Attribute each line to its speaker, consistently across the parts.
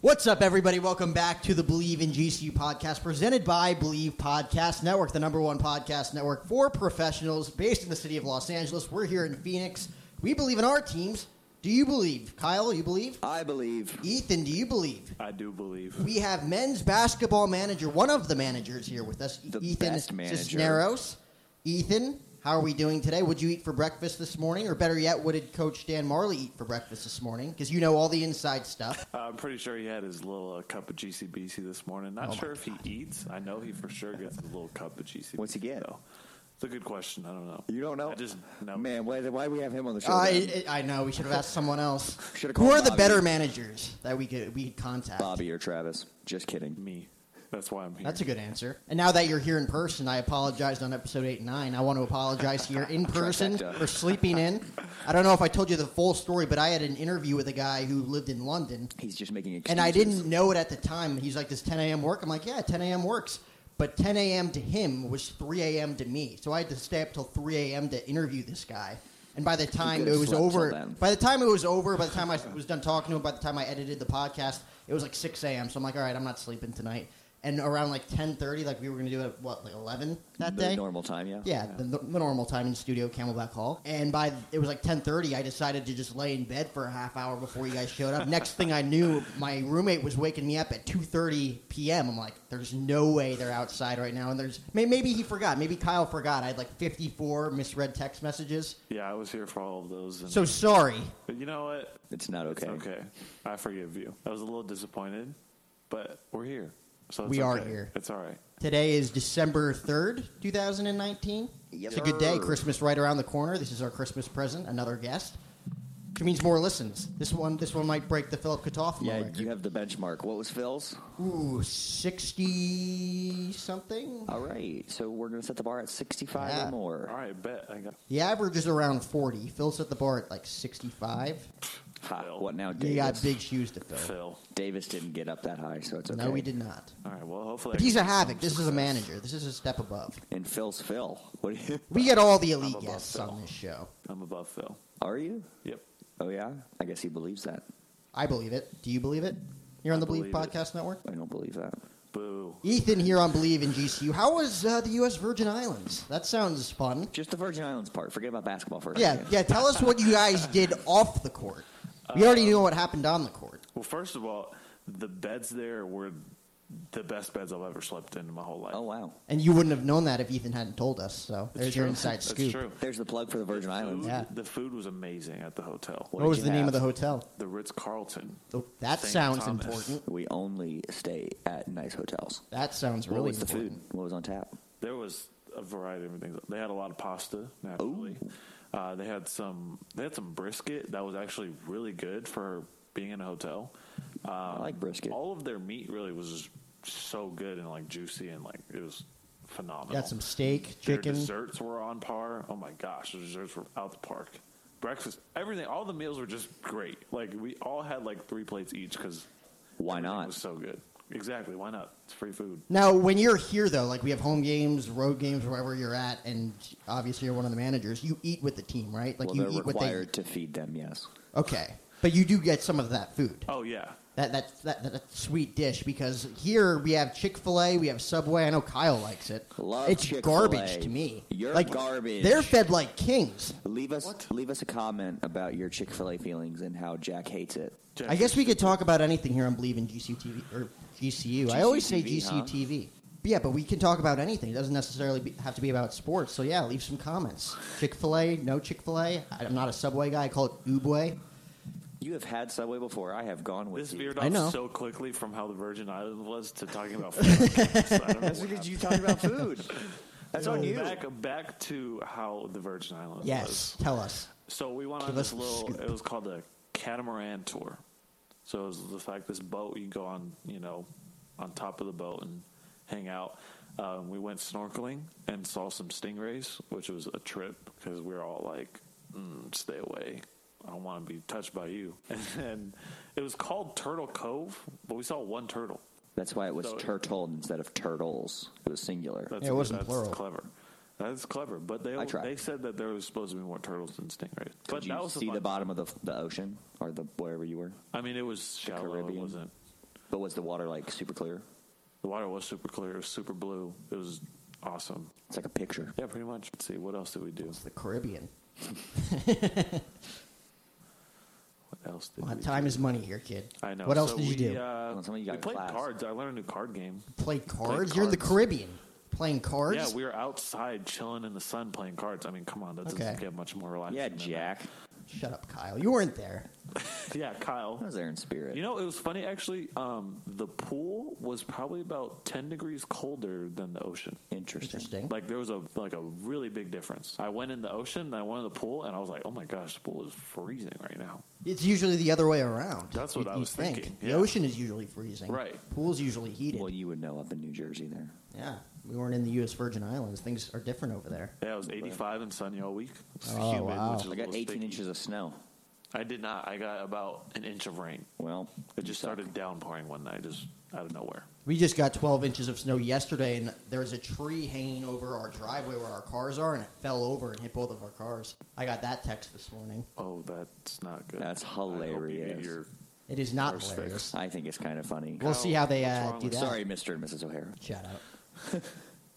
Speaker 1: What's up, everybody? Welcome back to the Believe in GCU podcast presented by Believe Podcast Network, the number one podcast network for professionals based in the city of Los Angeles. We're here in Phoenix. We believe in our teams. Do you believe? Kyle, you believe?
Speaker 2: I believe.
Speaker 1: Ethan, do you believe?
Speaker 2: I do believe.
Speaker 1: We have men's basketball manager, one of the managers here with us,
Speaker 2: The
Speaker 1: Ethan
Speaker 2: best manager.
Speaker 1: Cisneros. Ethan, how are we doing today? What'd you eat for breakfast this morning? Or better yet, what did Coach Dan Marley eat for breakfast this morning? Because you know all the inside stuff.
Speaker 3: uh, I'm pretty sure he had his little uh, cup of GCBC this morning.
Speaker 2: Oh
Speaker 3: Not sure if he eats. I know he for sure gets his little cup of GCBC.
Speaker 2: What's he get?
Speaker 3: though. It's a good question. I don't know.
Speaker 2: You don't know?
Speaker 3: I just know.
Speaker 2: Man, why, why do we have him on the
Speaker 1: Uh,
Speaker 2: show? then?
Speaker 1: I, I know we should have asked someone else.
Speaker 2: Should've
Speaker 1: Who
Speaker 2: called
Speaker 1: are the
Speaker 2: Bobby.
Speaker 1: better managers that we could we could contact?
Speaker 2: Bobby or Travis? Just kidding.
Speaker 3: me. That's why I'm here.
Speaker 1: That's a good answer. And now that you're here in person, I apologized on episode eight and nine. I want to apologize here in person
Speaker 2: Trifecta.
Speaker 1: for sleeping in. I don't know if I told you the full story, but I had an interview with a guy who lived in London,
Speaker 2: He's just making excuses.
Speaker 1: and I didn't know it at the time. He's like, "Does 10 a.m. work?" I'm like, "Yeah, 10 a.m. works." But 10 a.m. to him was 3 a.m. to me, so I had to stay up till 3 a.m. to interview this guy. And by the time
Speaker 2: could've
Speaker 1: it was
Speaker 2: slept
Speaker 1: over,
Speaker 2: till then.
Speaker 1: by the time it was over, by the time I was done talking to him, by the time I edited the podcast, it was like 6 a.m. So I'm like, "All right, I'm not sleeping tonight." And around like 10:30, like we were gonna do it at what, like 11 that
Speaker 2: The
Speaker 1: day.
Speaker 2: normal time, yeah?
Speaker 1: Yeah, the, the normal time in studio, Camelback Hall. And by it was like ten thirty. I decided to just lay in bed for a half hour before you guys showed up. Next thing I knew, my roommate was waking me up at two thirty p.m. I'm like, "There's no way they're outside right now." And there's may- maybe he forgot. Maybe Kyle forgot. I had like fifty four misread text messages.
Speaker 3: yeah, I was here for all of those. And,
Speaker 1: So sorry.
Speaker 3: but you know what?
Speaker 2: It's not
Speaker 3: It's
Speaker 2: okay.
Speaker 3: okay. I forgive you. I was a little disappointed, but we're here. So it's
Speaker 1: We are
Speaker 3: okay.
Speaker 1: here.
Speaker 3: It's all right.
Speaker 1: Today is December third, two thousand and nineteen.
Speaker 2: Yes,
Speaker 1: it's a good day.
Speaker 2: sir.
Speaker 1: Christmas right around the corner. This is our Christmas present. Another guest. Which means more listens. This one, this one might break the Philip Katoff
Speaker 2: Yeah,
Speaker 1: record.
Speaker 2: you have the benchmark. What was Phil's?
Speaker 1: Ooh, 60 something?
Speaker 2: All right, so we're going to set the bar at 65
Speaker 1: Yeah.
Speaker 2: or more.
Speaker 3: All right, bet. I got
Speaker 1: The average is around 40. Phil's at the bar at like 65.
Speaker 2: Ha,
Speaker 3: Phil.
Speaker 2: what now, Davis?
Speaker 1: You got big shoes to fill.
Speaker 3: Phil.
Speaker 2: Davis didn't get up that high, so it's okay.
Speaker 1: No, we did not.
Speaker 3: All right, well, hopefully.
Speaker 1: But
Speaker 3: I
Speaker 1: he's a
Speaker 3: can-
Speaker 1: havoc. This is a manager. This is a step above.
Speaker 2: And Phil's Phil. What are you?
Speaker 1: We get all the elite
Speaker 3: above
Speaker 1: guests
Speaker 3: Phil.
Speaker 1: on this show.
Speaker 3: I'm above Phil.
Speaker 2: Are you?
Speaker 3: Yep.
Speaker 2: Oh, yeah? I guess he believes that.
Speaker 1: I believe it. Do you believe it? You're on
Speaker 3: I
Speaker 1: the Believe,
Speaker 3: believe it.
Speaker 1: Podcast Network?
Speaker 2: I don't believe that.
Speaker 3: Boo.
Speaker 1: Ethan here on Believe in GCU. How was uh, the U.S. Virgin Islands? That sounds fun.
Speaker 2: Just the Virgin Islands part. Forget about basketball for a
Speaker 1: Yeah,
Speaker 2: second.
Speaker 1: yeah. Tell us what you guys did off the court. We already knew what happened on the court.
Speaker 3: Well, first of all, the beds there were the best beds I've ever slept in my whole life.
Speaker 2: Oh, wow.
Speaker 1: And you wouldn't have known that if Ethan hadn't told us. So there's your inside
Speaker 3: That's
Speaker 1: scoop.
Speaker 3: true.
Speaker 2: There's the plug for the Virgin Islands.
Speaker 1: Yeah.
Speaker 3: The food was amazing at the hotel.
Speaker 1: What,
Speaker 2: did
Speaker 1: was
Speaker 2: you
Speaker 1: the name
Speaker 2: have?
Speaker 1: of the hotel?
Speaker 3: The Ritz Carlton.
Speaker 1: Oh, that
Speaker 3: St.
Speaker 1: sounds
Speaker 3: Thomas.
Speaker 1: important.
Speaker 2: We only stay at nice hotels.
Speaker 1: That sounds really
Speaker 2: what was the
Speaker 1: important.
Speaker 2: food? What was on tap?
Speaker 3: There was a variety of things. They had a lot of pasta, naturally.
Speaker 1: Oh.
Speaker 3: Uh, they had some. They had some brisket that was actually really good for being in a hotel. Um, I
Speaker 2: like brisket.
Speaker 3: All of their meat really was just so good and like juicy and like it was phenomenal.
Speaker 1: Got some steak,
Speaker 3: Their
Speaker 1: chicken.
Speaker 3: desserts were on par. Oh my gosh, the desserts were out the park. Breakfast, everything, all the meals were just great. Like we all had like three plates each because
Speaker 2: Why
Speaker 3: It
Speaker 2: not?
Speaker 3: was so good. Exactly. Why not? It's free food.
Speaker 1: Now, when you're here though, like we have home games, road games, wherever you're at, and obviously you're one of the managers. You eat with the team, right? Like
Speaker 2: well,
Speaker 1: you
Speaker 2: they're
Speaker 1: eat
Speaker 2: required to feed them, yes.
Speaker 1: what they. Okay, but you do get some of that food.
Speaker 3: Oh yeah.
Speaker 1: That, that, that, that, that sweet dish because here we have Chick Fil A, we have Subway. I know Kyle likes it.
Speaker 2: Love
Speaker 1: it's
Speaker 2: Chick-fil-A.
Speaker 1: garbage to me.
Speaker 2: You're
Speaker 1: like
Speaker 2: garbage.
Speaker 1: They're fed like kings.
Speaker 2: Leave us leave us a comment about your Chick fil A feelings and how Jack hates it.
Speaker 1: I guess we could talk about anything here on Believe in GCTV or GCU. I always say
Speaker 2: GCTV, huh?
Speaker 1: GCTV. But yeah, but we can talk about anything. It doesn't necessarily be, have to be about sports. So yeah, leave some comments. Chick Fil A, no Chick Fil A. I'm not a Subway guy. I call it Ubway.
Speaker 2: You have had Subway before. I have gone with
Speaker 3: This
Speaker 2: you.
Speaker 3: veered
Speaker 1: I know.
Speaker 3: off so quickly from how the Virgin Islands was to talking about food. So I don't know
Speaker 2: That's
Speaker 3: what
Speaker 2: because you talked about food. That's on
Speaker 3: happened.
Speaker 2: you.
Speaker 3: Back back to how the Virgin Islands
Speaker 1: Yes,
Speaker 3: was.
Speaker 1: tell us.
Speaker 3: So we went
Speaker 1: Give
Speaker 3: on
Speaker 1: us
Speaker 3: this
Speaker 1: the
Speaker 3: little.
Speaker 1: scoop.
Speaker 3: It was called the catamaran tour. So it was the fact this boat you can go on, you know, on top of the boat and hang out. Um, we went snorkeling and saw some stingrays, which was a trip because we were all like, mm, "Stay away! I don't want to be touched by you." And then it was called Turtle Cove, but we saw one turtle.
Speaker 2: That's why it was
Speaker 3: So-
Speaker 2: turtle instead of turtles. It was singular.
Speaker 3: That's
Speaker 1: Yeah, it wasn't
Speaker 3: that's
Speaker 1: plural.
Speaker 3: Clever. That's clever, but they
Speaker 2: I tried.
Speaker 3: they said that there was supposed to be more turtles than stingrays.
Speaker 2: Could
Speaker 3: But that
Speaker 2: you
Speaker 3: was a
Speaker 2: see the
Speaker 3: fun-
Speaker 2: bottom of the, the ocean or the wherever you were?
Speaker 3: I mean, it was shallow. It
Speaker 2: Caribbean?
Speaker 3: wasn't.
Speaker 2: But was the water like super clear?
Speaker 3: The water was super clear. It was super blue. It was awesome.
Speaker 2: It's like a picture.
Speaker 3: Yeah, pretty much. Let's see, what else did we do?
Speaker 1: It's the Caribbean.
Speaker 3: What else did
Speaker 1: Well,
Speaker 3: we
Speaker 1: time
Speaker 3: do?
Speaker 1: is money here, kid.
Speaker 3: I know.
Speaker 1: What else
Speaker 3: So
Speaker 1: did you
Speaker 3: we,
Speaker 1: do?
Speaker 3: Uh,
Speaker 2: Well, somebody
Speaker 3: we
Speaker 2: got
Speaker 3: played
Speaker 2: class.
Speaker 3: cards. I learned a new card game.
Speaker 1: Play cards?
Speaker 3: cards.
Speaker 1: You're in the Caribbean. Playing cards?
Speaker 3: Yeah, we were outside chilling in the sun playing cards. I mean, come on, that doesn't
Speaker 1: Okay.
Speaker 3: get much more relaxing.
Speaker 2: Yeah,
Speaker 3: than
Speaker 2: Jack.
Speaker 1: Shut up, Kyle. You weren't there.
Speaker 3: that. Yeah, Kyle.
Speaker 2: I was there in spirit.
Speaker 3: You know, it was funny actually. Um, the pool was probably about ten degrees colder than the ocean.
Speaker 2: Interesting.
Speaker 1: Interesting.
Speaker 3: Like there was a like a really big difference. I went in the ocean, and I went in the pool, and I was like, "Oh my gosh, the pool is freezing right now."
Speaker 1: It's usually the other way around.
Speaker 3: That's what
Speaker 1: you'd-
Speaker 3: I
Speaker 1: you'd
Speaker 3: was
Speaker 1: think.
Speaker 3: thinking,
Speaker 1: The
Speaker 3: yeah.
Speaker 1: ocean is usually freezing.
Speaker 3: Right.
Speaker 1: Pool's usually heated.
Speaker 2: Well, you would know up in New Jersey there.
Speaker 1: yeah. We weren't in the U.S. Virgin Islands. Things are different over there.
Speaker 3: Yeah, it was 85 and sunny all week. It was
Speaker 1: Oh, wow.
Speaker 3: is
Speaker 2: I
Speaker 3: a
Speaker 2: got
Speaker 3: little
Speaker 2: 18
Speaker 3: sticky.
Speaker 2: inches of snow.
Speaker 3: I did not. I got about an inch of rain.
Speaker 2: Well,
Speaker 3: It just started downpouring one night, just out of nowhere.
Speaker 1: We just got 12 inches of snow yesterday, and there's a tree hanging over our driveway where our cars are, and it fell over and hit both of our cars. I got that text this morning.
Speaker 3: Oh, that's not good.
Speaker 2: That's
Speaker 3: I hope you get
Speaker 2: hilarious.
Speaker 3: your-
Speaker 1: It is not
Speaker 3: First fix.
Speaker 1: hilarious.
Speaker 2: I think it's kind of funny.
Speaker 1: We'll
Speaker 3: Kyle,
Speaker 1: see how they
Speaker 3: what's
Speaker 1: uh,
Speaker 3: wrong
Speaker 1: do
Speaker 3: with-
Speaker 1: that.
Speaker 2: Sorry, Mr. and Mrs. O'Hara.
Speaker 1: Shout out. hey,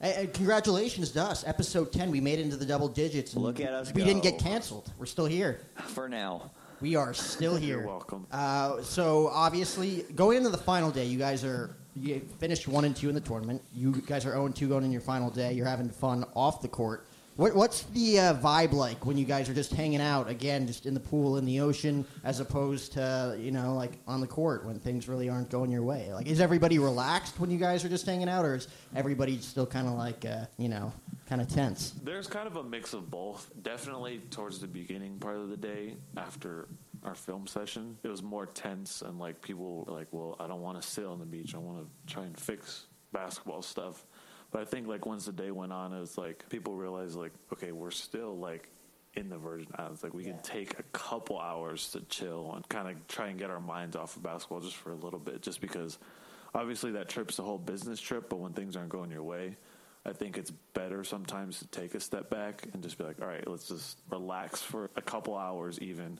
Speaker 1: hey, congratulations to us. Episode 10, we made it into the double digits. and
Speaker 2: Look at us
Speaker 1: We didn't
Speaker 2: go.
Speaker 1: get canceled. We're still here.
Speaker 2: For now,
Speaker 1: We are still here.
Speaker 3: You're welcome.
Speaker 1: Uh, so, obviously, going into the final day, you guys are you finished 1 and 2 in the tournament. You guys are 0 and 2 going in your final day. You're having fun off the court. What, what's the uh, vibe like when you guys are just hanging out, again, just in the pool, in the ocean, as opposed to, you know, like on the court when things really aren't going your way? Like, is everybody relaxed when you guys are just hanging out, or is everybody still kind of like, uh, you know, kind of tense?
Speaker 3: There's kind of a mix of both. Definitely towards the beginning part of the day after our film session, it was more tense and like people were like, "Well, I don't want to sit on the beach. I want to try and fix basketball stuff." But I think like once the day went on, it was like people realized like, "Okay, we're still like in the Virgin Islands. Like we
Speaker 1: Yeah.
Speaker 3: can take a couple hours to chill and kind of try and get our minds off of basketball just for a little bit, just because obviously that trip's a whole business trip, but when things aren't going your way, I think it's better sometimes to take a step back and just be like, all right, let's just relax for a couple hours, even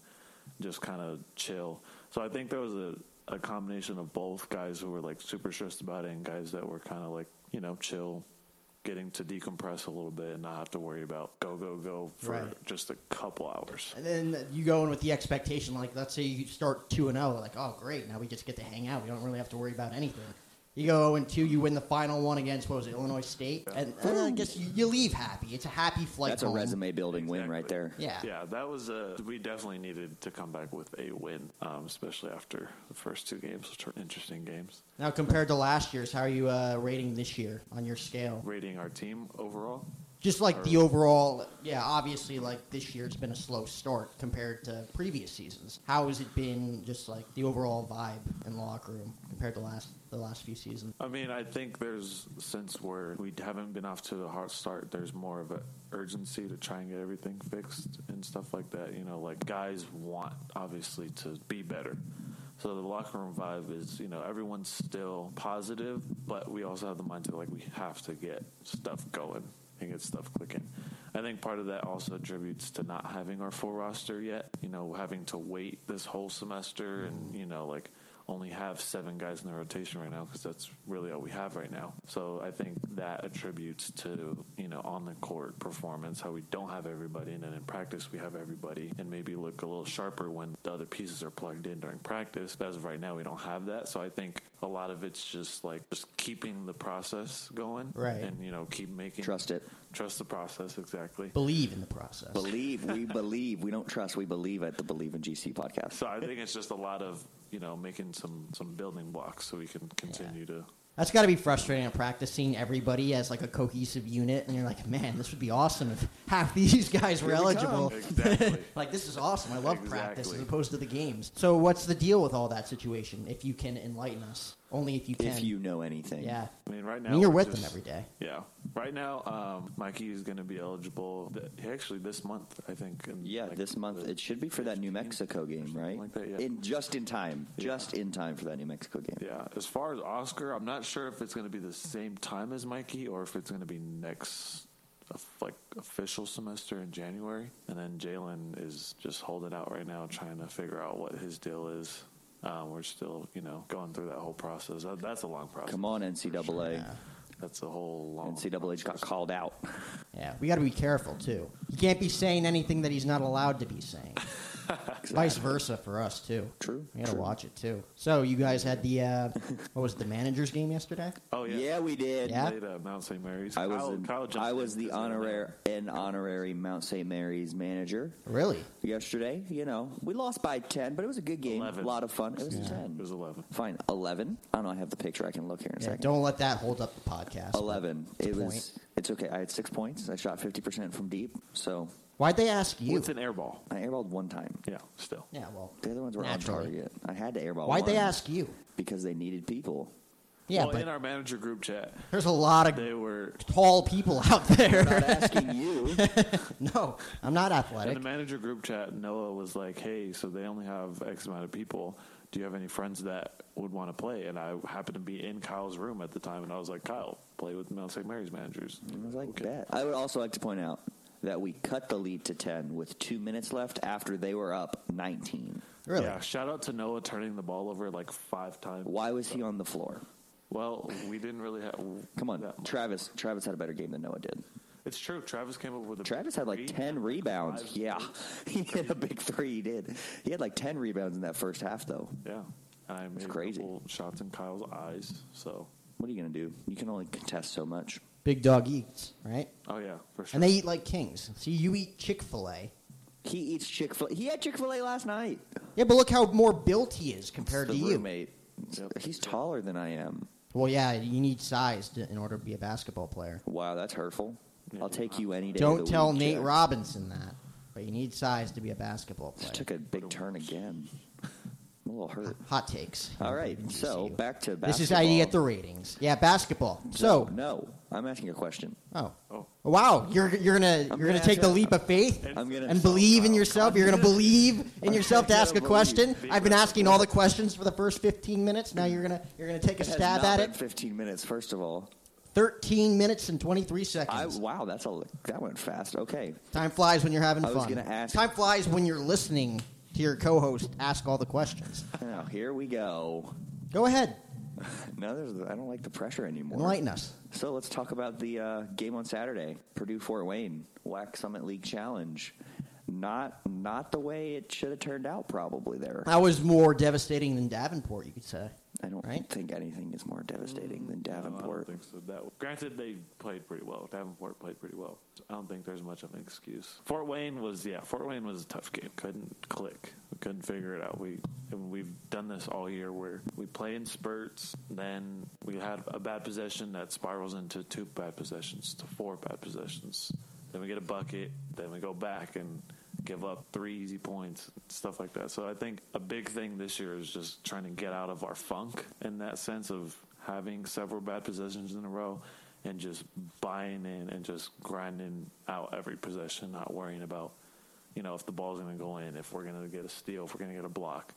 Speaker 3: just kind of chill. So I think there was a, a combination of both guys who were like super stressed about it and guys that were kind of like, you know, chill. Getting to decompress a little bit and not have to worry about go go go for
Speaker 1: Right.
Speaker 3: just a couple hours.
Speaker 1: And then you go in with the expectation, like let's say you start two and zero, like oh great, now we just get to hang out. We don't really have to worry about anything. You go zero and two, you win the final one against what was it, Illinois State, and and I guess you, you leave happy. It's a happy flight.
Speaker 2: that's a
Speaker 1: home.
Speaker 2: resume building win right
Speaker 3: Exactly.
Speaker 2: there.
Speaker 1: Yeah.
Speaker 3: Yeah, that was a. We definitely needed to come back with a win, um, especially after the first two games, which were interesting games.
Speaker 1: Now compared to last year's, how are you uh, rating this year on your scale?
Speaker 3: Rating our team overall,
Speaker 1: Just like the overall, yeah. Obviously, like this year's been a slow start compared to previous seasons. How has it been? Just like the overall vibe in the locker room compared to last the last few seasons.
Speaker 3: I mean, I think there's since we're we haven't been off to a hot start. There's more of an urgency to try and get everything fixed and stuff like that. You know, like guys want obviously to be better. So the locker room vibe is, you know, everyone's still positive, but we also have the mindset like we have to get stuff going and get stuff clicking. I think part of that also attributes to not having our full roster yet. You know, having to wait this whole semester and you know like only have seven guys in the rotation right now because that's really all we have right now. So I think that attributes to you know on the court performance how we don't have everybody and then in practice we have everybody and maybe look a little sharper when the other pieces are plugged in during practice. But as of right now we don't have that. So I think a lot of it's just like just keeping the process going
Speaker 1: Right.
Speaker 3: and you know keep making
Speaker 2: Trust it.
Speaker 3: trust the process exactly.
Speaker 1: Believe in the process.
Speaker 2: Believe. We believe. We don't trust. We believe at the Believe in GC podcast.
Speaker 3: So I think it's just a lot of you know making some some building blocks so we can continue to
Speaker 1: That's got to be frustrating in practice, seeing everybody as like a cohesive unit, and you're like, man, this would be awesome if half these guys were
Speaker 2: Here we
Speaker 1: eligible.
Speaker 3: exactly.
Speaker 1: Like, this is awesome. I love practice
Speaker 3: Exactly.
Speaker 1: as opposed to the games. So, what's the deal with all that situation? If you can enlighten us, Only if you can.
Speaker 2: if you know anything.
Speaker 1: yeah.
Speaker 3: I mean, right
Speaker 1: I
Speaker 3: now
Speaker 1: mean, you're
Speaker 3: we're
Speaker 1: with them
Speaker 3: just-
Speaker 1: every day.
Speaker 3: Yeah. Right now, um, Mikey is going to be eligible. Th- actually, this month, I think. And
Speaker 2: Yeah,
Speaker 3: like,
Speaker 2: this month
Speaker 3: the-
Speaker 2: it should be for that New Mexico game, right?
Speaker 3: like that, yeah.
Speaker 2: In just in time,
Speaker 3: Yeah.
Speaker 2: just in time for that New Mexico game.
Speaker 3: Yeah. As far as Oscar, I'm not sure if it's going to be the same time as Mikey or if it's going to be next, of- like official semester in January. And then Jalen is just holding out right now, trying to figure out what his deal is. Um, we're still, you know, going through that whole process. That, that's a long process.
Speaker 2: Come on, NCAA.
Speaker 1: Yeah.
Speaker 3: That's a whole long.
Speaker 2: NCAA just got called out.
Speaker 1: Yeah, we got to be careful too. He can't be saying anything that he's not allowed to be saying. Vice versa for us too.
Speaker 2: True,
Speaker 1: We got to
Speaker 2: true.
Speaker 1: watch it too. So you guys had the uh, what was it, the managers game yesterday?
Speaker 3: Oh yeah.
Speaker 2: we did.
Speaker 1: Yeah.
Speaker 3: Played, uh, Mount St. Mary's.
Speaker 2: I was
Speaker 3: Kyle-
Speaker 2: in-
Speaker 3: Kyle jumped
Speaker 2: I
Speaker 3: in
Speaker 2: was the
Speaker 3: because I don't know.
Speaker 2: honorary an honorary Mount St. Mary's manager
Speaker 1: Really?
Speaker 2: yesterday. You know, we lost by ten, but it was a good game.
Speaker 3: 11.
Speaker 2: A lot of fun. It was ten.
Speaker 3: It was 11.
Speaker 2: Fine, eleven. I don't know. I have the picture. I can look here in a
Speaker 1: Yeah,
Speaker 2: second.
Speaker 1: don't let that hold up the podcast.
Speaker 2: Eleven. It
Speaker 1: point.
Speaker 2: was. It's okay. I had six points. I shot fifty percent from deep. So
Speaker 1: Why'd they ask you?
Speaker 3: It's an airball.
Speaker 2: I airballed one time.
Speaker 3: Yeah, still.
Speaker 1: yeah, well,
Speaker 2: The other ones were
Speaker 1: Naturally.
Speaker 2: on target. I had to airball.
Speaker 1: why'd they
Speaker 2: one
Speaker 1: ask you?
Speaker 2: Because they needed people.
Speaker 1: Yeah,
Speaker 3: well,
Speaker 1: but
Speaker 3: in our manager group chat,
Speaker 1: there's a lot of
Speaker 3: they were
Speaker 1: tall people out there.
Speaker 2: Not asking you.
Speaker 1: no, I'm not
Speaker 3: in
Speaker 1: athletic.
Speaker 3: the manager group chat. Noah was like, "Hey, so they only have X amount of people. Do you have any friends that would want to play?" And I happened to be in Kyle's room at the time, and I was like, "Kyle, play with Mount St. Mary's managers."
Speaker 2: I was like that. I would also like to point out that we cut the lead to ten with two minutes left after they were up nineteen.
Speaker 1: Really?
Speaker 3: Yeah, shout out to Noah turning the ball over like five times.
Speaker 2: Why was he on the floor?
Speaker 3: Well, we didn't really have.
Speaker 2: Come on,
Speaker 3: that much.
Speaker 2: Travis. Travis had a better game than Noah did.
Speaker 3: It's true. Travis came up with a
Speaker 2: Travis had like
Speaker 3: three.
Speaker 2: ten rebounds.
Speaker 3: Five.
Speaker 2: Yeah, he hit a big three. He did. He had like ten rebounds in that first half, though.
Speaker 3: Yeah, and I made a
Speaker 2: crazy.
Speaker 3: couple shots in Kyle's eyes. So,
Speaker 2: What are you gonna do? You can only contest so much.
Speaker 1: Big dog eats, right?
Speaker 3: oh yeah, for sure.
Speaker 1: And they eat like kings. See, you eat Chick Fil A.
Speaker 2: He eats Chick Fil. He had Chick Fil A last night.
Speaker 1: Yeah, but look how more built he is compared
Speaker 2: the
Speaker 1: to you.
Speaker 2: roommate. He's taller than I am.
Speaker 1: Well, yeah, you need size to, in order to be a basketball player.
Speaker 2: Wow, that's hurtful. I'll take you any day. of
Speaker 1: Don't
Speaker 2: the
Speaker 1: tell
Speaker 2: week,
Speaker 1: Nate
Speaker 2: Jack.
Speaker 1: Robinson that, but you need size to be a basketball player.
Speaker 2: Just took a big turn again. I'm a little hurt.
Speaker 1: Hot takes.
Speaker 2: All right,
Speaker 1: Didn't
Speaker 2: so
Speaker 1: see you.
Speaker 2: back to
Speaker 1: this is how you
Speaker 2: basketball.
Speaker 1: get the ratings. Yeah, basketball. So,
Speaker 2: no, I'm asking a question.
Speaker 1: oh.
Speaker 3: Oh.
Speaker 1: Wow, you're you're gonna you're gonna
Speaker 2: gonna
Speaker 1: take the
Speaker 2: ask-
Speaker 1: leap of faith
Speaker 2: I'm gonna
Speaker 1: and believe in yourself. You're gonna believe in
Speaker 2: I'm
Speaker 1: yourself to
Speaker 2: gonna
Speaker 1: ask a
Speaker 2: believe.
Speaker 1: question.
Speaker 3: Be
Speaker 1: I've been
Speaker 3: right.
Speaker 1: asking all the questions for the first 15 minutes. Now you're gonna you're gonna take a
Speaker 2: It has
Speaker 1: stab at
Speaker 2: not been
Speaker 1: it.
Speaker 2: 15 minutes. First of all,
Speaker 1: 13 minutes and 23
Speaker 2: I
Speaker 1: seconds.
Speaker 2: wow, that's a that went fast. Okay,
Speaker 1: Time flies when you're having
Speaker 2: I was
Speaker 1: fun.
Speaker 2: gonna ask-
Speaker 1: Time flies when you're listening to your co-host ask all the questions.
Speaker 2: now here we go.
Speaker 1: Go ahead,
Speaker 2: Now there's I don't like the pressure anymore.
Speaker 1: enlighten us.
Speaker 2: So let's talk about the uh, game on Saturday, Purdue Fort Wayne WAC Summit League Challenge. Not not the way it should have turned out. Probably there.
Speaker 1: That was more devastating than Davenport, you could say.
Speaker 2: I don't
Speaker 1: Right?
Speaker 2: think anything is more devastating than
Speaker 3: No,
Speaker 2: Davenport.
Speaker 3: I don't think so. That, granted, they played pretty well. Davenport played pretty well. I don't think there's much of an excuse. Fort Wayne was, yeah, Fort Wayne was a tough game. Couldn't click. We couldn't figure it out. We and we've done this all year where we play in spurts, then we had a bad possession that spirals into two bad possessions to four bad possessions. Then we get a bucket. Then we go back and give up three easy points, stuff like that. So I think a big thing this year is just trying to get out of our funk in that sense of having several bad possessions in a row and just buying in and just grinding out every possession, not worrying about, you know, if the ball's going to go in, if we're going to get a steal, if we're going to get a block.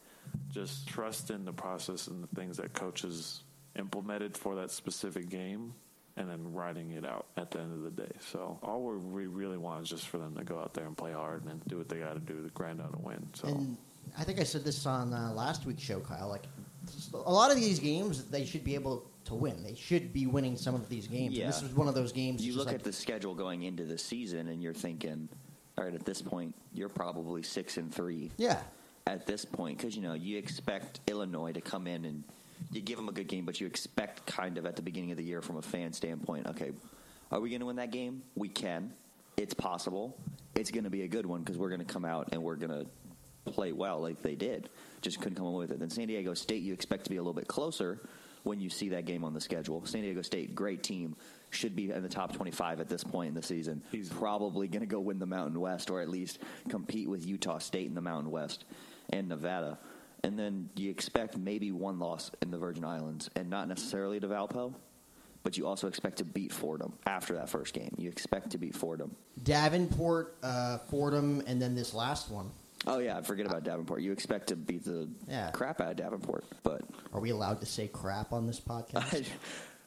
Speaker 3: Just trust in the process and the things that coaches implemented for that specific game and then riding it out at the end of the day. So all we we really want is just for them to go out there and play hard and do what they got to do to grind out a win. So
Speaker 1: And I think I said this on uh, last week's show, Kyle. Like a lot of these games, they should be able to win. They should be winning some of these games.
Speaker 2: Yeah.
Speaker 1: And this was one of those games.
Speaker 2: You
Speaker 1: it's just
Speaker 2: look
Speaker 1: like,
Speaker 2: at the schedule going into the season, and you're thinking, all right, at this point, you're probably six and three.
Speaker 1: yeah,
Speaker 2: At this point, because you know you expect Illinois to come in and you give them a good game, but you expect kind of at the beginning of the year from a fan standpoint, okay, are we going to win that game? We can. It's possible. It's going to be a good one because we're going to come out and we're going to play well like they did. Just couldn't come away with it. Then San Diego State, you expect to be a little bit closer when you see that game on the schedule. San Diego State, great team, should be in the top 25 at this point in the season.
Speaker 3: He's-
Speaker 2: probably going to go win the Mountain West or at least compete with Utah State in the Mountain West and Nevada. and then you expect maybe one loss in the Virgin Islands, and not necessarily to Valpo, but you also expect to beat Fordham after that first game. You expect to beat Fordham.
Speaker 1: Davenport, uh, Fordham, and then this last one.
Speaker 2: Oh yeah, forget about Davenport. You expect to beat the
Speaker 1: Yeah.
Speaker 2: crap out of Davenport, but
Speaker 1: Are we allowed to say crap on this podcast?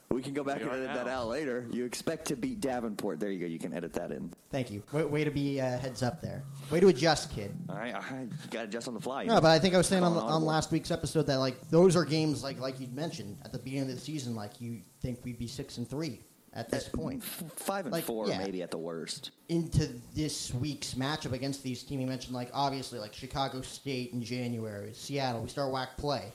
Speaker 2: we can go back
Speaker 3: We
Speaker 2: and
Speaker 3: are
Speaker 2: edit that
Speaker 3: now.
Speaker 2: out later. You expect to beat Davenport. There you go. You can edit that in.
Speaker 1: Thank you. Way, way to be uh, heads up there. Way to adjust, kid.
Speaker 2: All right, all right. You got to adjust on the fly.
Speaker 1: No, but I think I was saying on,
Speaker 2: Call
Speaker 1: the,
Speaker 2: an
Speaker 1: on
Speaker 2: audible.
Speaker 1: last week's episode that like those are games like like you'd mentioned at the beginning of the season. Like you think we'd be six and three at this point.
Speaker 2: F- five and
Speaker 1: Like,
Speaker 2: four,
Speaker 1: yeah.
Speaker 2: maybe at the worst.
Speaker 1: into this week's matchup against these teams. You mentioned, like, obviously, like Chicago State in January, Seattle, we start whack play.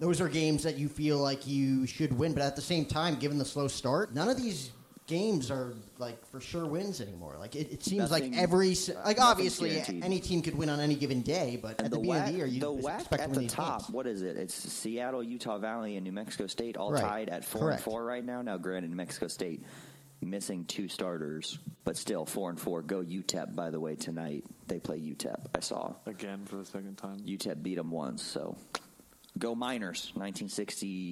Speaker 1: Those are games that you feel like you should win, but at the same time, given the slow start, none of these games are like for sure wins anymore. Like it, it seems
Speaker 2: Nothing-
Speaker 1: like every s- like
Speaker 2: nothing's
Speaker 1: obviously
Speaker 2: guaranteed.
Speaker 1: any team could win on any given day, but
Speaker 2: And
Speaker 1: at
Speaker 2: the
Speaker 1: the, beginning of
Speaker 2: whack,
Speaker 1: the year, you
Speaker 2: the
Speaker 1: just
Speaker 2: whack
Speaker 1: expect to
Speaker 2: at
Speaker 1: win
Speaker 2: the
Speaker 1: these
Speaker 2: top.
Speaker 1: games.
Speaker 2: What is it? It's Seattle, Utah Valley, and New Mexico State all
Speaker 1: Right.
Speaker 2: tied at four
Speaker 1: Correct.
Speaker 2: and four right now. Now, granted, New Mexico State missing two starters, but still four and four. Go UTEP, by the way, tonight they play UTEP. I saw
Speaker 3: Again for the second time.
Speaker 2: UTEP E beat them once, so go Miners,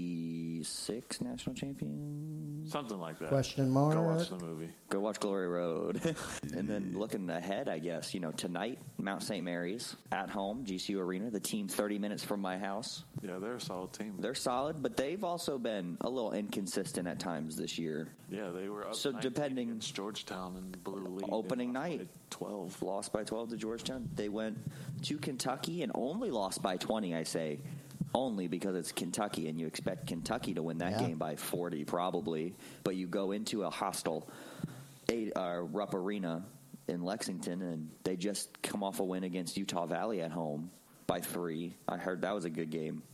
Speaker 2: 1966 national champion.
Speaker 3: Something like that.
Speaker 1: Question
Speaker 3: Go
Speaker 1: mark.
Speaker 3: watch the movie.
Speaker 2: Go watch Glory Road, and then looking ahead, I guess you know tonight Mount St. Mary's at home, GCU Arena, the team 30 minutes from my house.
Speaker 3: Yeah, they're a solid team.
Speaker 2: They're solid, but they've also been a little inconsistent at times this year.
Speaker 3: yeah, they were up.
Speaker 2: So
Speaker 3: 19
Speaker 2: depending-
Speaker 3: against Georgetown and Blue League. They
Speaker 2: Opening
Speaker 3: lost by
Speaker 2: night.
Speaker 3: twelve.
Speaker 2: Lost by 12 to Georgetown. They went to Kentucky and only lost by 20, I say. Only because it's Kentucky, and you expect Kentucky to win that
Speaker 1: Yeah.
Speaker 2: game by 40, probably. But you go into a hostile eight, uh, Rupp Arena in Lexington, and they just come off a win against Utah Valley at home by three. I heard that was a good game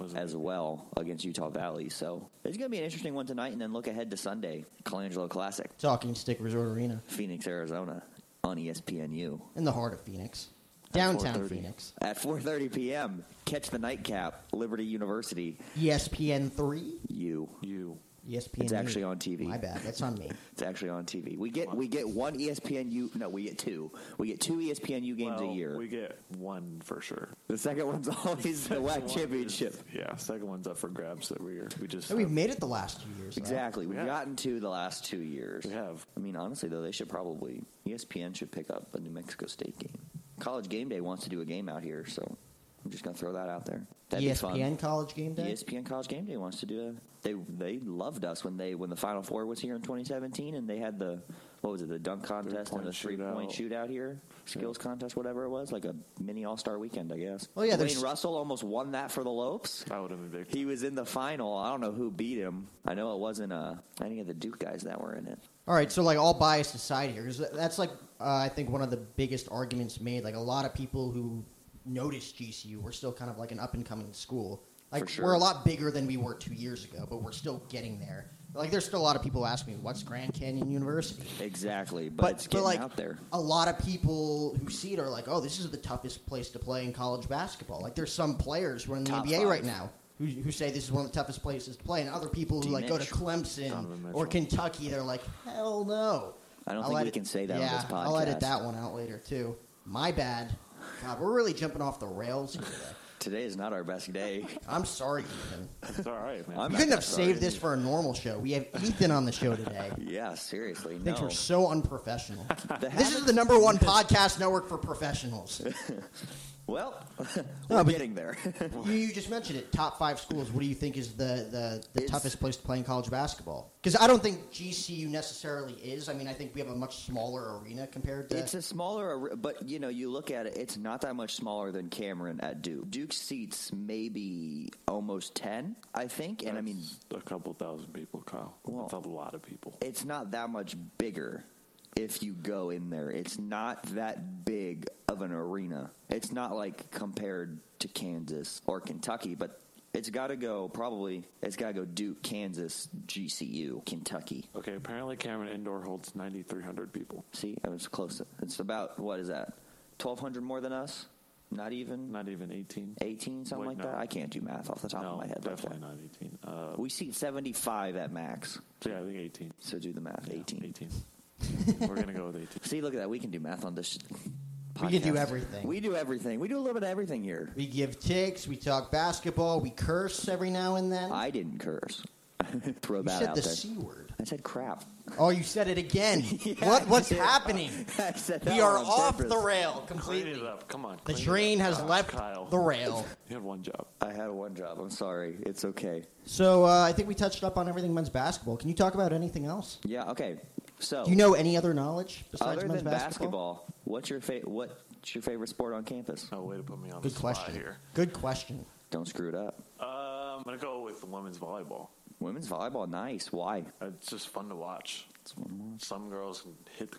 Speaker 3: Was it?
Speaker 2: as well against Utah Valley. So it's going to be an interesting one tonight, and then look ahead to Sunday, Colangelo Classic,
Speaker 1: Talking Stick Resort Arena
Speaker 2: Phoenix, Arizona, on E ESPNU
Speaker 1: in the heart of Phoenix,
Speaker 2: at
Speaker 1: downtown
Speaker 2: 4:30.
Speaker 1: Phoenix,
Speaker 2: At 4:30 p.m., catch the nightcap, Liberty University.
Speaker 1: E ESPN three. E
Speaker 2: You,
Speaker 3: You.
Speaker 1: ESPN.
Speaker 2: It's actually on TV.
Speaker 1: My bad. That's on me.
Speaker 2: it's actually on TV. We get we get one E ESPNU. No, we get two. We get two E ESPNU games
Speaker 3: Well,
Speaker 2: a year.
Speaker 3: We get one for sure.
Speaker 2: the second one's always the WAC championship.
Speaker 3: Yeah, second one's up for grabs every year. We just
Speaker 1: And we've
Speaker 3: have-
Speaker 1: made it the last two years. though.
Speaker 2: Exactly. We've
Speaker 3: Yeah.
Speaker 2: gotten to the last two years.
Speaker 3: We have.
Speaker 2: I mean, honestly, though, they should probably E ESPN should pick up a New Mexico State game. College Game Day wants to do a game out here, so I'm just gonna throw that out there. That'd
Speaker 1: E
Speaker 2: be fun.
Speaker 1: ESPN College Game Day.
Speaker 2: ESPN College Game Day wants to do a. They they loved us when they when the Final Four was here in 2017, and they had the what was it the dunk contest and the three
Speaker 3: Three-point
Speaker 2: point
Speaker 3: shootout.
Speaker 2: shootout here, skills contest, whatever it was, like a mini All Star weekend, I guess.
Speaker 1: Oh, yeah, there's-
Speaker 2: Wayne Russell almost won that for the Lopes.
Speaker 3: That would have been big.
Speaker 2: He was in the final. I don't know who beat him. I know it wasn't uh, any of the Duke guys that were in it.
Speaker 1: All right, so like all bias aside here, 'cause that's like uh, I think one of the biggest arguments made. Like a lot of people who noticed GCU were still kind of like an up and coming school. Like
Speaker 2: For sure.
Speaker 1: we're a lot bigger than we were two years ago, but we're still getting there. Like there's still a lot of people who ask me, "What's Grand Canyon University?"
Speaker 2: Exactly, but,
Speaker 1: but,
Speaker 2: it's
Speaker 1: but
Speaker 2: getting
Speaker 1: like
Speaker 2: out there.
Speaker 1: a lot of people who see it are like, oh, this is the toughest place to play in college basketball. Like there's some players who are in the
Speaker 2: Top
Speaker 1: NBA
Speaker 2: five.
Speaker 1: right now who, who say this is one of the toughest places to play, and other people who
Speaker 2: D.
Speaker 1: like go to
Speaker 2: Mitchell.
Speaker 3: Donovan
Speaker 1: Clemson
Speaker 3: Mitchell.
Speaker 1: or Kentucky, they're like, hell no.
Speaker 2: I don't
Speaker 1: I'll
Speaker 2: think we
Speaker 1: edit-
Speaker 2: can say that on
Speaker 1: yeah,
Speaker 2: this
Speaker 1: I'll
Speaker 2: podcast.
Speaker 1: edit that one out later too. My bad. God, we're really jumping off the rails here. Today.
Speaker 2: Today is not our best day.
Speaker 1: I'm sorry, Ethan.
Speaker 3: It's all right, man.
Speaker 1: You
Speaker 2: I'm not
Speaker 1: couldn't
Speaker 2: that
Speaker 1: have
Speaker 2: sorry.
Speaker 1: saved this for a normal show. We have Ethan on the show today.
Speaker 2: Yeah, seriously.
Speaker 1: Things
Speaker 2: no.
Speaker 1: are so unprofessional.
Speaker 2: The
Speaker 1: this is
Speaker 2: habit-
Speaker 1: the number one podcast network for professionals.
Speaker 2: well,
Speaker 1: No,
Speaker 2: we're
Speaker 1: but-
Speaker 2: getting there.
Speaker 1: you, you just mentioned it. Top five schools. What do you think is the, the, the
Speaker 2: It's-
Speaker 1: toughest place to play in college basketball? Because I don't think GCU necessarily is. I mean, I think we have a much smaller arena compared to.
Speaker 2: it's a smaller, ar- but you know, you look at it, it's not that much smaller than Cameron at Duke. Duke seats maybe almost 10, I think. And I mean,
Speaker 3: That's a couple thousand people, Kyle.
Speaker 2: Well-
Speaker 3: That's a lot of people.
Speaker 2: it's not that much bigger if you go in there. It's not that big of an arena. It's not like compared to Kansas or Kentucky, but it's got to go probably, it's got to go Duke, Kansas, GCU, Kentucky.
Speaker 3: Okay, apparently Cameron Indoor holds 9,300 people.
Speaker 2: See, I was close. It's about, what is that, 1,200 more than us? Not even?
Speaker 3: Not even 18.
Speaker 2: 18, something
Speaker 3: Wait,
Speaker 2: like
Speaker 3: no.
Speaker 2: that? I can't do math off the top
Speaker 3: no,
Speaker 2: of my head. like
Speaker 3: definitely
Speaker 2: that.
Speaker 3: not 18. Uh,
Speaker 2: We seat 75 at max.
Speaker 3: yeah, I think 18.
Speaker 2: So do the math.
Speaker 3: Yeah,
Speaker 2: 18.
Speaker 3: 18. We're going to go with 18.
Speaker 2: See, look at that. We can do math on this sh- podcast.
Speaker 1: We can do everything.
Speaker 2: We do everything. We do a little bit of everything here.
Speaker 1: We give ticks. We talk basketball. We curse every now and then.
Speaker 2: I didn't curse. Throw
Speaker 1: you
Speaker 2: that
Speaker 1: said
Speaker 2: out
Speaker 1: the
Speaker 2: there.
Speaker 1: c word.
Speaker 2: I said crap.
Speaker 1: Oh, you said it again.
Speaker 2: Yeah,
Speaker 1: what what's
Speaker 2: I did.
Speaker 1: happening?
Speaker 2: I said that
Speaker 1: We are
Speaker 2: on
Speaker 1: off
Speaker 2: purpose.
Speaker 1: the rail
Speaker 3: Clean
Speaker 1: completely.
Speaker 3: it up. Come on.
Speaker 1: The
Speaker 3: clean it
Speaker 1: train
Speaker 3: up.
Speaker 1: has
Speaker 3: Ah,
Speaker 1: left
Speaker 3: Kyle.
Speaker 1: the rail.
Speaker 3: You had one job.
Speaker 2: I had one job. I'm sorry. It's okay.
Speaker 1: So uh, I think we touched up on everything men's basketball. Can you talk about anything else?
Speaker 2: Yeah. Okay. So
Speaker 1: Do you know any other knowledge besides
Speaker 2: Oh. other
Speaker 1: men's
Speaker 2: than basketball, what's your fa- what's your favorite sport on campus?
Speaker 3: No way to put me on
Speaker 1: Good
Speaker 3: the spot
Speaker 1: question.
Speaker 3: here.
Speaker 1: Good question.
Speaker 2: Don't screw it up.
Speaker 3: Uh, I'm gonna go with women's volleyball.
Speaker 2: Women's volleyball, nice. Why?
Speaker 3: It's just fun to watch. Some girls can hit the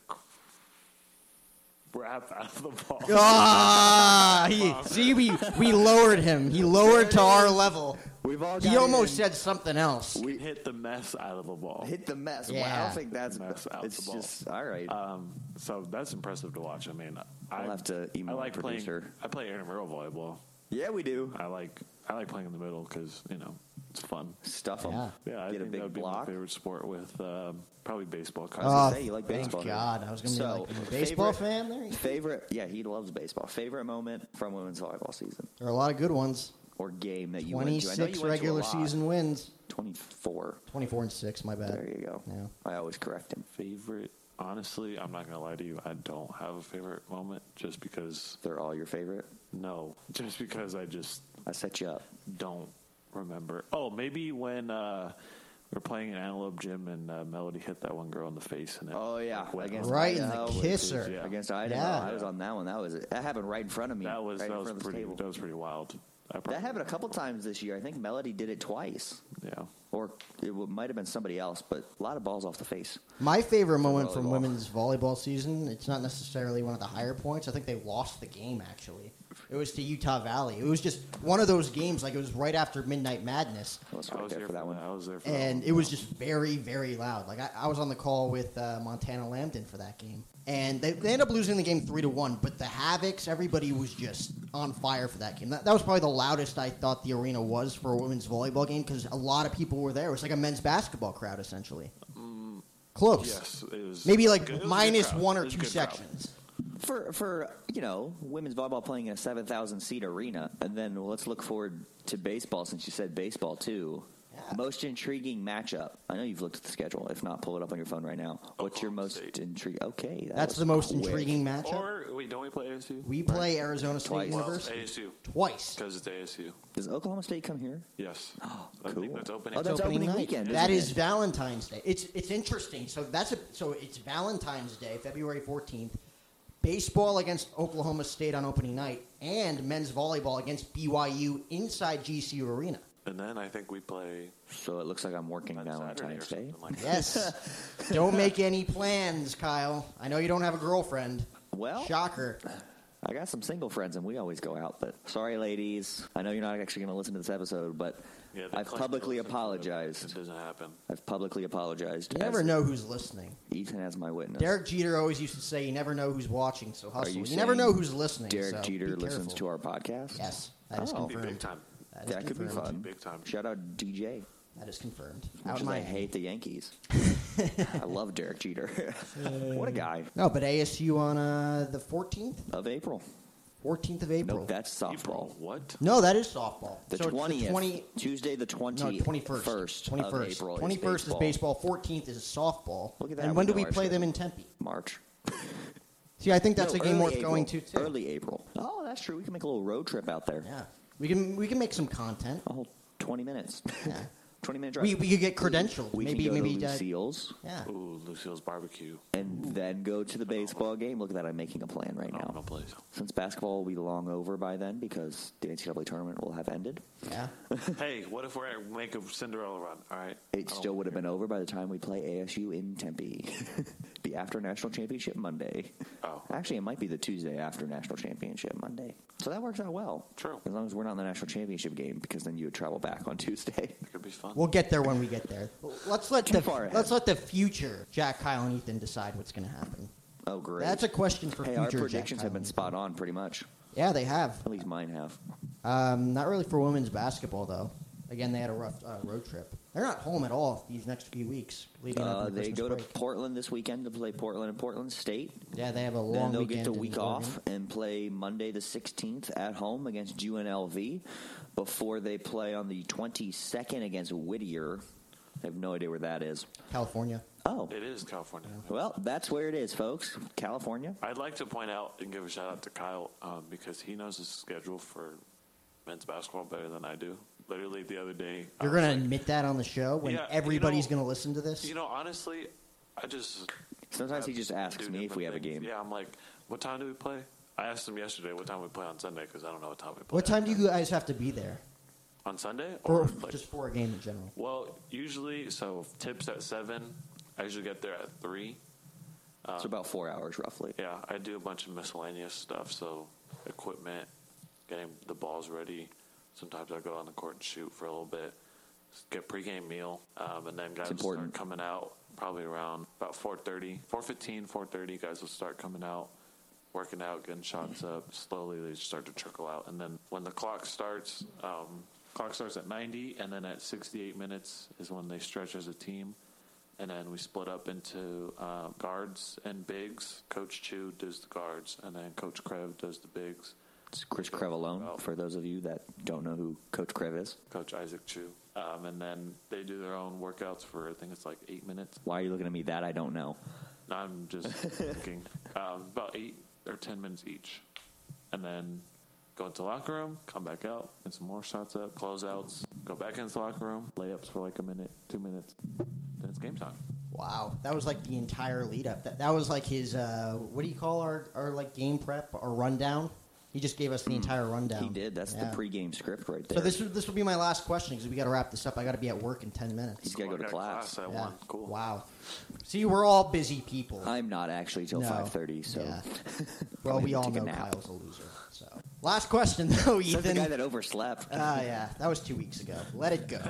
Speaker 3: crap out of the ball.
Speaker 1: Ah, he, see, we, we lowered him. He lowered to our level.
Speaker 2: We've all.
Speaker 1: He almost said something else.
Speaker 3: We hit the mess out of the ball.
Speaker 2: hit the mess.
Speaker 1: Well, I
Speaker 2: I
Speaker 1: Yeah.
Speaker 2: don't
Speaker 1: don't
Speaker 2: think
Speaker 1: think
Speaker 2: that's
Speaker 3: Mess out
Speaker 2: it's
Speaker 3: it's the ball.
Speaker 2: just
Speaker 3: just-
Speaker 2: all right.
Speaker 3: Um, so that's impressive to watch. I mean, I
Speaker 2: I'll have to email
Speaker 3: I like
Speaker 2: the producer.
Speaker 3: Playing, I play intramural volleyball.
Speaker 2: yeah, we do
Speaker 3: I like I like playing in the middle because you know it's fun.
Speaker 2: stuff them.
Speaker 1: Yeah.
Speaker 3: Yeah, I
Speaker 2: get a
Speaker 3: think that
Speaker 2: big
Speaker 3: would be
Speaker 2: block.
Speaker 3: my favorite sport with um, probably baseball.
Speaker 2: was
Speaker 1: Oh,
Speaker 2: gonna say, you like baseball,
Speaker 1: Thank
Speaker 2: don't you?
Speaker 1: God. I was going to
Speaker 2: So,
Speaker 1: be like, a baseball
Speaker 2: favorite-
Speaker 1: fan there?
Speaker 2: Favorite? Yeah, he loves baseball. Favorite moment from women's volleyball season
Speaker 1: There are a lot of good ones.
Speaker 2: or game that you went to? I know
Speaker 1: 26
Speaker 2: you went to a
Speaker 1: regular
Speaker 2: lot.
Speaker 1: season wins.
Speaker 2: Twenty-four.
Speaker 1: 24 and 6, my bad.
Speaker 2: There you go.
Speaker 1: Yeah.
Speaker 2: I always correct him.
Speaker 3: Favorite, honestly, I'm not gonna lie to you. I don't have a favorite moment just because
Speaker 2: They're all your favorite.
Speaker 3: no, just because I just
Speaker 2: I set you up.
Speaker 3: don't remember. Oh, maybe when uh, we were playing in Antelope Gym and uh, Melody hit that one girl in the face and it,
Speaker 2: Oh, yeah,
Speaker 3: like, went
Speaker 2: against
Speaker 3: on.
Speaker 1: Right in
Speaker 2: Yeah,
Speaker 1: the
Speaker 2: which is-
Speaker 1: kisser.
Speaker 3: yeah.
Speaker 2: Against Idaho,
Speaker 1: Yeah.
Speaker 2: I was on that one. That was that happened right in front of me.
Speaker 3: that was
Speaker 2: right in
Speaker 3: that was
Speaker 2: front of this
Speaker 3: pretty
Speaker 2: table.
Speaker 3: that was pretty wild. I probably,
Speaker 2: That happened a couple times this year. I think Melody did it twice,
Speaker 3: Yeah,
Speaker 2: or it w- might have been somebody else. But a lot of balls off the face.
Speaker 1: My favorite moment
Speaker 2: volleyball.
Speaker 1: from women's volleyball season, it's not necessarily one of the higher points. I think they lost the game, actually. It was to Utah Valley. It was just one of those games, like it was right after Midnight Madness.
Speaker 2: I was
Speaker 3: I
Speaker 2: right
Speaker 3: was
Speaker 2: there
Speaker 3: there
Speaker 2: for that one.
Speaker 3: I was there for that
Speaker 1: And
Speaker 3: one.
Speaker 1: it was just very, very loud. Like I, I was on the call with uh, Montana Lambton for that game. And they, they ended up losing the game 3 to 1, but the Havocs, everybody was just on fire for that game. That, that was probably the loudest I thought the arena was for a women's volleyball game because a lot of people were there. It was like a men's basketball crowd, essentially. Close.
Speaker 3: Mm, Yes, it was
Speaker 1: Maybe like
Speaker 3: good- it was a good
Speaker 1: minus
Speaker 3: crowd.
Speaker 1: one
Speaker 3: It
Speaker 1: or
Speaker 3: was a
Speaker 1: two
Speaker 3: good crowd.
Speaker 1: sections.
Speaker 2: For for you know, women's volleyball playing in a seven thousand seat arena, and then well, let's look forward to baseball since you said baseball too.
Speaker 1: Yeah.
Speaker 2: Most intriguing matchup. I know you've looked at the schedule. If not, pull it up on your phone right now. What's your
Speaker 3: Oklahoma
Speaker 2: most
Speaker 3: State.
Speaker 2: intriguing? Okay, that
Speaker 1: That's
Speaker 2: was
Speaker 1: the most
Speaker 2: quick.
Speaker 1: intriguing matchup.
Speaker 3: Or wait, don't we play ASU?
Speaker 1: we play Arizona State
Speaker 2: Twice.
Speaker 3: well,
Speaker 1: University
Speaker 3: ASU
Speaker 1: twice.
Speaker 3: because it's ASU.
Speaker 2: Does Oklahoma State come here?
Speaker 3: Yes, I
Speaker 2: cool.
Speaker 3: think that's opening.
Speaker 2: Oh, that's
Speaker 3: day.
Speaker 2: opening weekend,
Speaker 1: That
Speaker 2: isn't
Speaker 1: is
Speaker 2: it?
Speaker 1: Valentine's Day. It's it's interesting. So that's a so it's Valentine's Day, February fourteenth. Baseball against Oklahoma State on opening night, and men's volleyball against BYU inside GCU Arena.
Speaker 3: and then I think we play
Speaker 2: So it looks like I'm working
Speaker 3: on Saturday or
Speaker 2: Valentine's Day.
Speaker 3: something like that.
Speaker 1: Yes. don't make any plans, Kyle. I know you don't have a girlfriend.
Speaker 2: Well,
Speaker 1: Shocker.
Speaker 2: I got some single friends, and we always go out. But sorry, ladies, I know you're not actually going to listen to this episode, but
Speaker 3: Yeah, the
Speaker 2: I've
Speaker 3: clutch
Speaker 2: publicly
Speaker 3: goes into the- It
Speaker 2: apologized.
Speaker 3: doesn't happen.
Speaker 2: I've publicly apologized.
Speaker 1: You never
Speaker 2: as
Speaker 1: know who's listening.
Speaker 2: Ethan as my witness.
Speaker 1: Derek Jeter always used to say, "You never know who's watching, so hustle."
Speaker 2: you
Speaker 1: You, never
Speaker 2: saying
Speaker 1: know who's listening.
Speaker 2: Derek
Speaker 1: so
Speaker 2: Jeter
Speaker 1: be careful.
Speaker 2: listens to our podcast.
Speaker 1: Yes, that is
Speaker 2: Oh.
Speaker 3: Be big
Speaker 1: confirmed.
Speaker 3: time.
Speaker 1: That is
Speaker 2: that could be
Speaker 1: confirmed.
Speaker 2: fun.
Speaker 3: Big time.
Speaker 2: Shout out DJ.
Speaker 1: That is confirmed.
Speaker 2: Which
Speaker 1: Out
Speaker 2: is
Speaker 1: in
Speaker 2: I
Speaker 1: Miami.
Speaker 2: hate the Yankees. I love Derek Jeter. what a guy
Speaker 1: No, but ASU on uh, the 14th,
Speaker 2: of April.
Speaker 1: 14th of April.
Speaker 2: Nope, that's
Speaker 3: April.
Speaker 2: softball.
Speaker 3: What?
Speaker 1: no, that is softball.
Speaker 2: The
Speaker 1: so it's
Speaker 2: twentieth,
Speaker 1: the 20,
Speaker 2: Tuesday the
Speaker 1: no,
Speaker 2: twentieth,
Speaker 1: 21st.
Speaker 2: first,
Speaker 1: 21st.
Speaker 2: of April.
Speaker 1: 21st
Speaker 2: is baseball.
Speaker 1: 14th is softball.
Speaker 2: Look at that,
Speaker 1: And
Speaker 2: we
Speaker 1: when do
Speaker 2: know
Speaker 1: we
Speaker 2: our
Speaker 1: play them
Speaker 2: schedule.
Speaker 1: in Tempe?
Speaker 2: March.
Speaker 1: See, I think that's
Speaker 2: No,
Speaker 1: a game
Speaker 2: early
Speaker 1: worth
Speaker 2: April.
Speaker 1: going to too.
Speaker 2: Early April. Oh, that's true. We can make a little road trip out there.
Speaker 1: Yeah, we can we can make some content.
Speaker 2: A whole twenty minutes.
Speaker 1: Yeah.
Speaker 2: twenty minute drive.
Speaker 1: We, we could get credentialed.
Speaker 2: We
Speaker 1: maybe
Speaker 2: can go
Speaker 1: maybe
Speaker 2: to
Speaker 1: that-
Speaker 2: Lucille's
Speaker 1: yeah.
Speaker 3: Ooh, Lucille's barbecue.
Speaker 2: and then go to the baseball game. Look at that! I'm making a plan right
Speaker 3: Phenomenal
Speaker 2: now.
Speaker 3: place.
Speaker 2: Since basketball will be long over by then because the NCAA tournament will have ended,
Speaker 1: Yeah.
Speaker 3: hey, what if we're make a Cinderella run? All right. Oh,
Speaker 2: it
Speaker 3: I don't-
Speaker 2: still would have been over by the time we play ASU in Tempe. be after national championship Monday.
Speaker 3: Oh.
Speaker 2: actually, it might be the Tuesday after national championship Monday. So that works out well.
Speaker 3: True.
Speaker 2: As long as we're not in the national championship game, because then you would travel back on Tuesday.
Speaker 3: It could be fun.
Speaker 1: We'll get there when we get there. Let's let
Speaker 2: Too
Speaker 1: the
Speaker 2: far ahead.
Speaker 1: let's let the future Jack Kyle and Ethan decide what's going to happen.
Speaker 2: Oh, great!
Speaker 1: That's a question for
Speaker 2: hey,
Speaker 1: future
Speaker 2: our
Speaker 1: Jack
Speaker 2: predictions have
Speaker 1: Kyle
Speaker 2: been
Speaker 1: and Ethan.
Speaker 2: spot on, pretty much.
Speaker 1: Yeah, they have.
Speaker 2: At least mine have.
Speaker 1: Um, not really for women's basketball though. Again, they had a rough uh, road trip. They're not home at all these next few weeks leading up to
Speaker 2: Uh,
Speaker 1: the
Speaker 2: they
Speaker 1: Christmas
Speaker 2: go to
Speaker 1: break.
Speaker 2: Portland this weekend to play Portland and Portland State.
Speaker 1: yeah, they have a long
Speaker 2: Then they'll
Speaker 1: weekend
Speaker 2: get the
Speaker 1: in
Speaker 2: week
Speaker 1: Oregon.
Speaker 2: off and play Monday the 16th at home against UNLV before they play on the 22nd against Whittier. I have no idea where that is.
Speaker 1: California.
Speaker 2: Oh,
Speaker 3: It is California.
Speaker 2: well, that's where it is, folks. California.
Speaker 3: I'd like to point out and give a shout out to Kyle um, because he knows his schedule for men's basketball better than I do. Literally the other day, I
Speaker 1: You're
Speaker 3: was
Speaker 1: gonna
Speaker 3: like,
Speaker 1: admit that on the show when
Speaker 3: Yeah, you
Speaker 1: everybody's
Speaker 3: know-
Speaker 1: gonna listen to this.
Speaker 3: You know, honestly, I just
Speaker 2: Sometimes he
Speaker 3: have
Speaker 2: just
Speaker 3: to
Speaker 2: asks
Speaker 3: Uh, do
Speaker 2: me if we have a
Speaker 3: different
Speaker 2: game.
Speaker 3: things. Yeah, I'm like, what time do we play? I asked him yesterday what time we play on Sunday because I don't know what time we play.
Speaker 1: what time do you guys have to be there
Speaker 3: on Sunday? Or
Speaker 1: for
Speaker 3: like,
Speaker 1: just for a game in general?
Speaker 3: well, usually so tips at seven. I usually get there at three.
Speaker 2: It's about four hours roughly.
Speaker 3: Yeah, I do a bunch of miscellaneous stuff, so equipment, getting the balls ready. Sometimes I go on the court and shoot for a little bit, get pregame meal, um, and then guys will start
Speaker 2: important.
Speaker 3: coming out probably around about 4.30, 4.15, 4.30, guys will start coming out, working out, getting shots up. Slowly they start to trickle out. And then when the clock starts, um, clock starts at 90, and then at 68 minutes is when they stretch as a team and then we split up into uh, guards and bigs. Coach Chu does the guards, and then Coach Krev does the bigs.
Speaker 2: It's Chris Crevalone,
Speaker 3: Oh.
Speaker 2: for those of you that don't know who Coach Crev is.
Speaker 3: Coach Isaac Chu, um, and then they do their own workouts for I think it's like eight minutes.
Speaker 2: Why are you looking at me that I don't know?
Speaker 3: And I'm just thinking um, about eight or ten minutes each, and then go into the locker room, come back out, get some more shots up, closeouts, go back into the locker room, layups for like a minute, two minutes, then it's game time.
Speaker 1: Wow, that was like the entire lead up. That, that was like his uh, what do you call our, our like game prep or rundown? He just gave us the entire rundown.
Speaker 2: Hmm. He did. That's
Speaker 1: Yeah.
Speaker 2: the pregame script right there.
Speaker 1: So this would- this will be my last question because we got to wrap this up. I got to be at work in ten minutes.
Speaker 2: He's got
Speaker 3: Oh,
Speaker 2: to go
Speaker 3: I
Speaker 2: to
Speaker 3: got
Speaker 2: class.
Speaker 3: at
Speaker 1: Yeah.
Speaker 3: one. Cool.
Speaker 1: Wow. See, we're all busy people.
Speaker 2: I'm not actually till
Speaker 1: No.
Speaker 2: 5:30, so
Speaker 1: Yeah.
Speaker 2: I'm
Speaker 1: well,
Speaker 2: gonna
Speaker 1: we all
Speaker 2: take a
Speaker 1: know
Speaker 2: nap.
Speaker 1: Kyle's a loser. So last question though,
Speaker 2: That's the
Speaker 1: Ethan.
Speaker 2: guy that overslept
Speaker 1: Ah, yeah, that was two weeks ago. Let it go.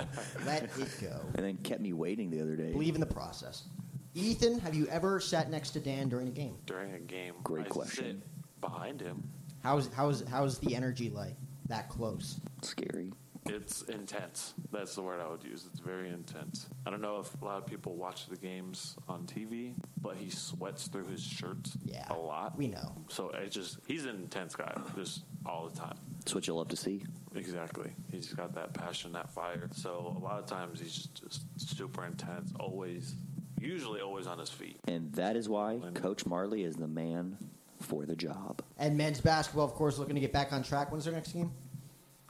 Speaker 1: Let it go.
Speaker 2: and then kept me waiting the other day.
Speaker 1: Believe in the process. Ethan, have you ever sat next to Dan during a game?
Speaker 3: During a game,
Speaker 2: Great
Speaker 3: I
Speaker 2: question.
Speaker 3: sit behind him.
Speaker 1: How's how's how's the energy like that close?
Speaker 2: Scary.
Speaker 3: It's intense. That's the word I would use. It's very intense. I don't know if a lot of people watch the games on TV, but he sweats through his shirt
Speaker 1: Yeah,
Speaker 3: a lot.
Speaker 1: We know.
Speaker 3: So it just he's an intense guy, just all the time.
Speaker 2: That's what you'll love to see.
Speaker 3: Exactly. He's got that passion, that fire. So a lot of times he's just, just super intense, always usually always on his feet.
Speaker 2: And that is why Coach Marley is the man for the job.
Speaker 1: And men's basketball, of course, looking to get back on track. When's their next game?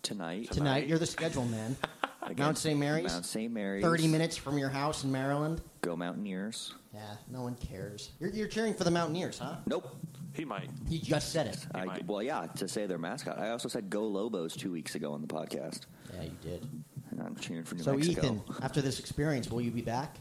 Speaker 2: Tonight,
Speaker 1: Tonight. You're the schedule man.
Speaker 2: against
Speaker 1: Mount St. Mary's.
Speaker 2: Mount St. Mary's.
Speaker 1: Thirty minutes from your house in Maryland.
Speaker 2: Go Mountaineers.
Speaker 1: Yeah, no one cares. You're, you're cheering for the Mountaineers, huh?
Speaker 2: Nope.
Speaker 3: He might.
Speaker 1: He just said it.
Speaker 2: I,
Speaker 3: might.
Speaker 2: well, yeah, to say their mascot. I also said Go Lobos two weeks ago on the podcast.
Speaker 1: Yeah, you did.
Speaker 2: And I'm cheering for New
Speaker 1: So,
Speaker 2: Mexico.
Speaker 1: Ethan, after this experience, will you be back?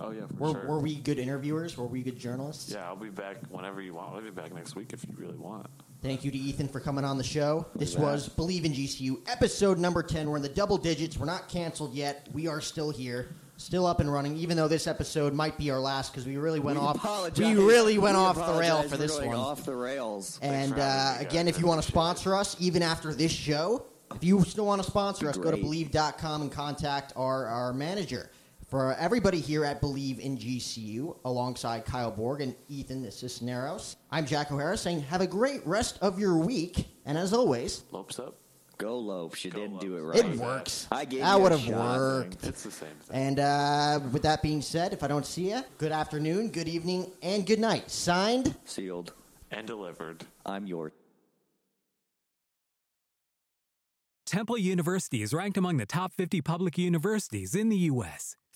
Speaker 3: Oh yeah, for
Speaker 1: Were,
Speaker 3: sure.
Speaker 1: were we good interviewers? Were we good journalists?
Speaker 3: yeah, I'll be back whenever you want. I'll be back next week if you really want.
Speaker 1: Thank you to Ethan for coming on the show. This
Speaker 2: at that.
Speaker 1: was Believe in GCU, episode number 10. We're in the double digits. We're not canceled yet. We are still here, still up and running, even though this episode might be our last because we really went
Speaker 2: we
Speaker 1: off.
Speaker 2: Apologize.
Speaker 1: We really went
Speaker 2: We
Speaker 1: off the rail
Speaker 2: apologize
Speaker 1: for this
Speaker 2: going
Speaker 1: one.
Speaker 2: Off the rails.
Speaker 1: And
Speaker 3: for
Speaker 1: uh,
Speaker 3: having me,
Speaker 1: again,
Speaker 3: guys.
Speaker 1: if you want to
Speaker 3: Appreciate it.
Speaker 1: sponsor us, even after this show, if you still want to sponsor us, go to
Speaker 2: Great.
Speaker 1: believe.com and contact our, our manager. For everybody here at Believe in GCU, alongside Kyle Borg and Ethan Cisneros, I'm Jack O'Hara saying have a great rest of your week. And as always,
Speaker 3: Lopes up.
Speaker 2: Go Lopes. You
Speaker 3: Go
Speaker 2: didn't do it
Speaker 3: Lopes.
Speaker 2: right.
Speaker 1: it works.
Speaker 2: I gave
Speaker 1: that
Speaker 2: you a
Speaker 1: would have
Speaker 2: shot.
Speaker 1: worked.
Speaker 3: It's the same thing.
Speaker 1: And uh, with that being said, if I don't see you, good afternoon, good evening, and good night. Signed,
Speaker 2: Sealed.
Speaker 3: and delivered.
Speaker 2: I'm yours.
Speaker 4: Temple University is ranked among the top 50 public universities in the U.S.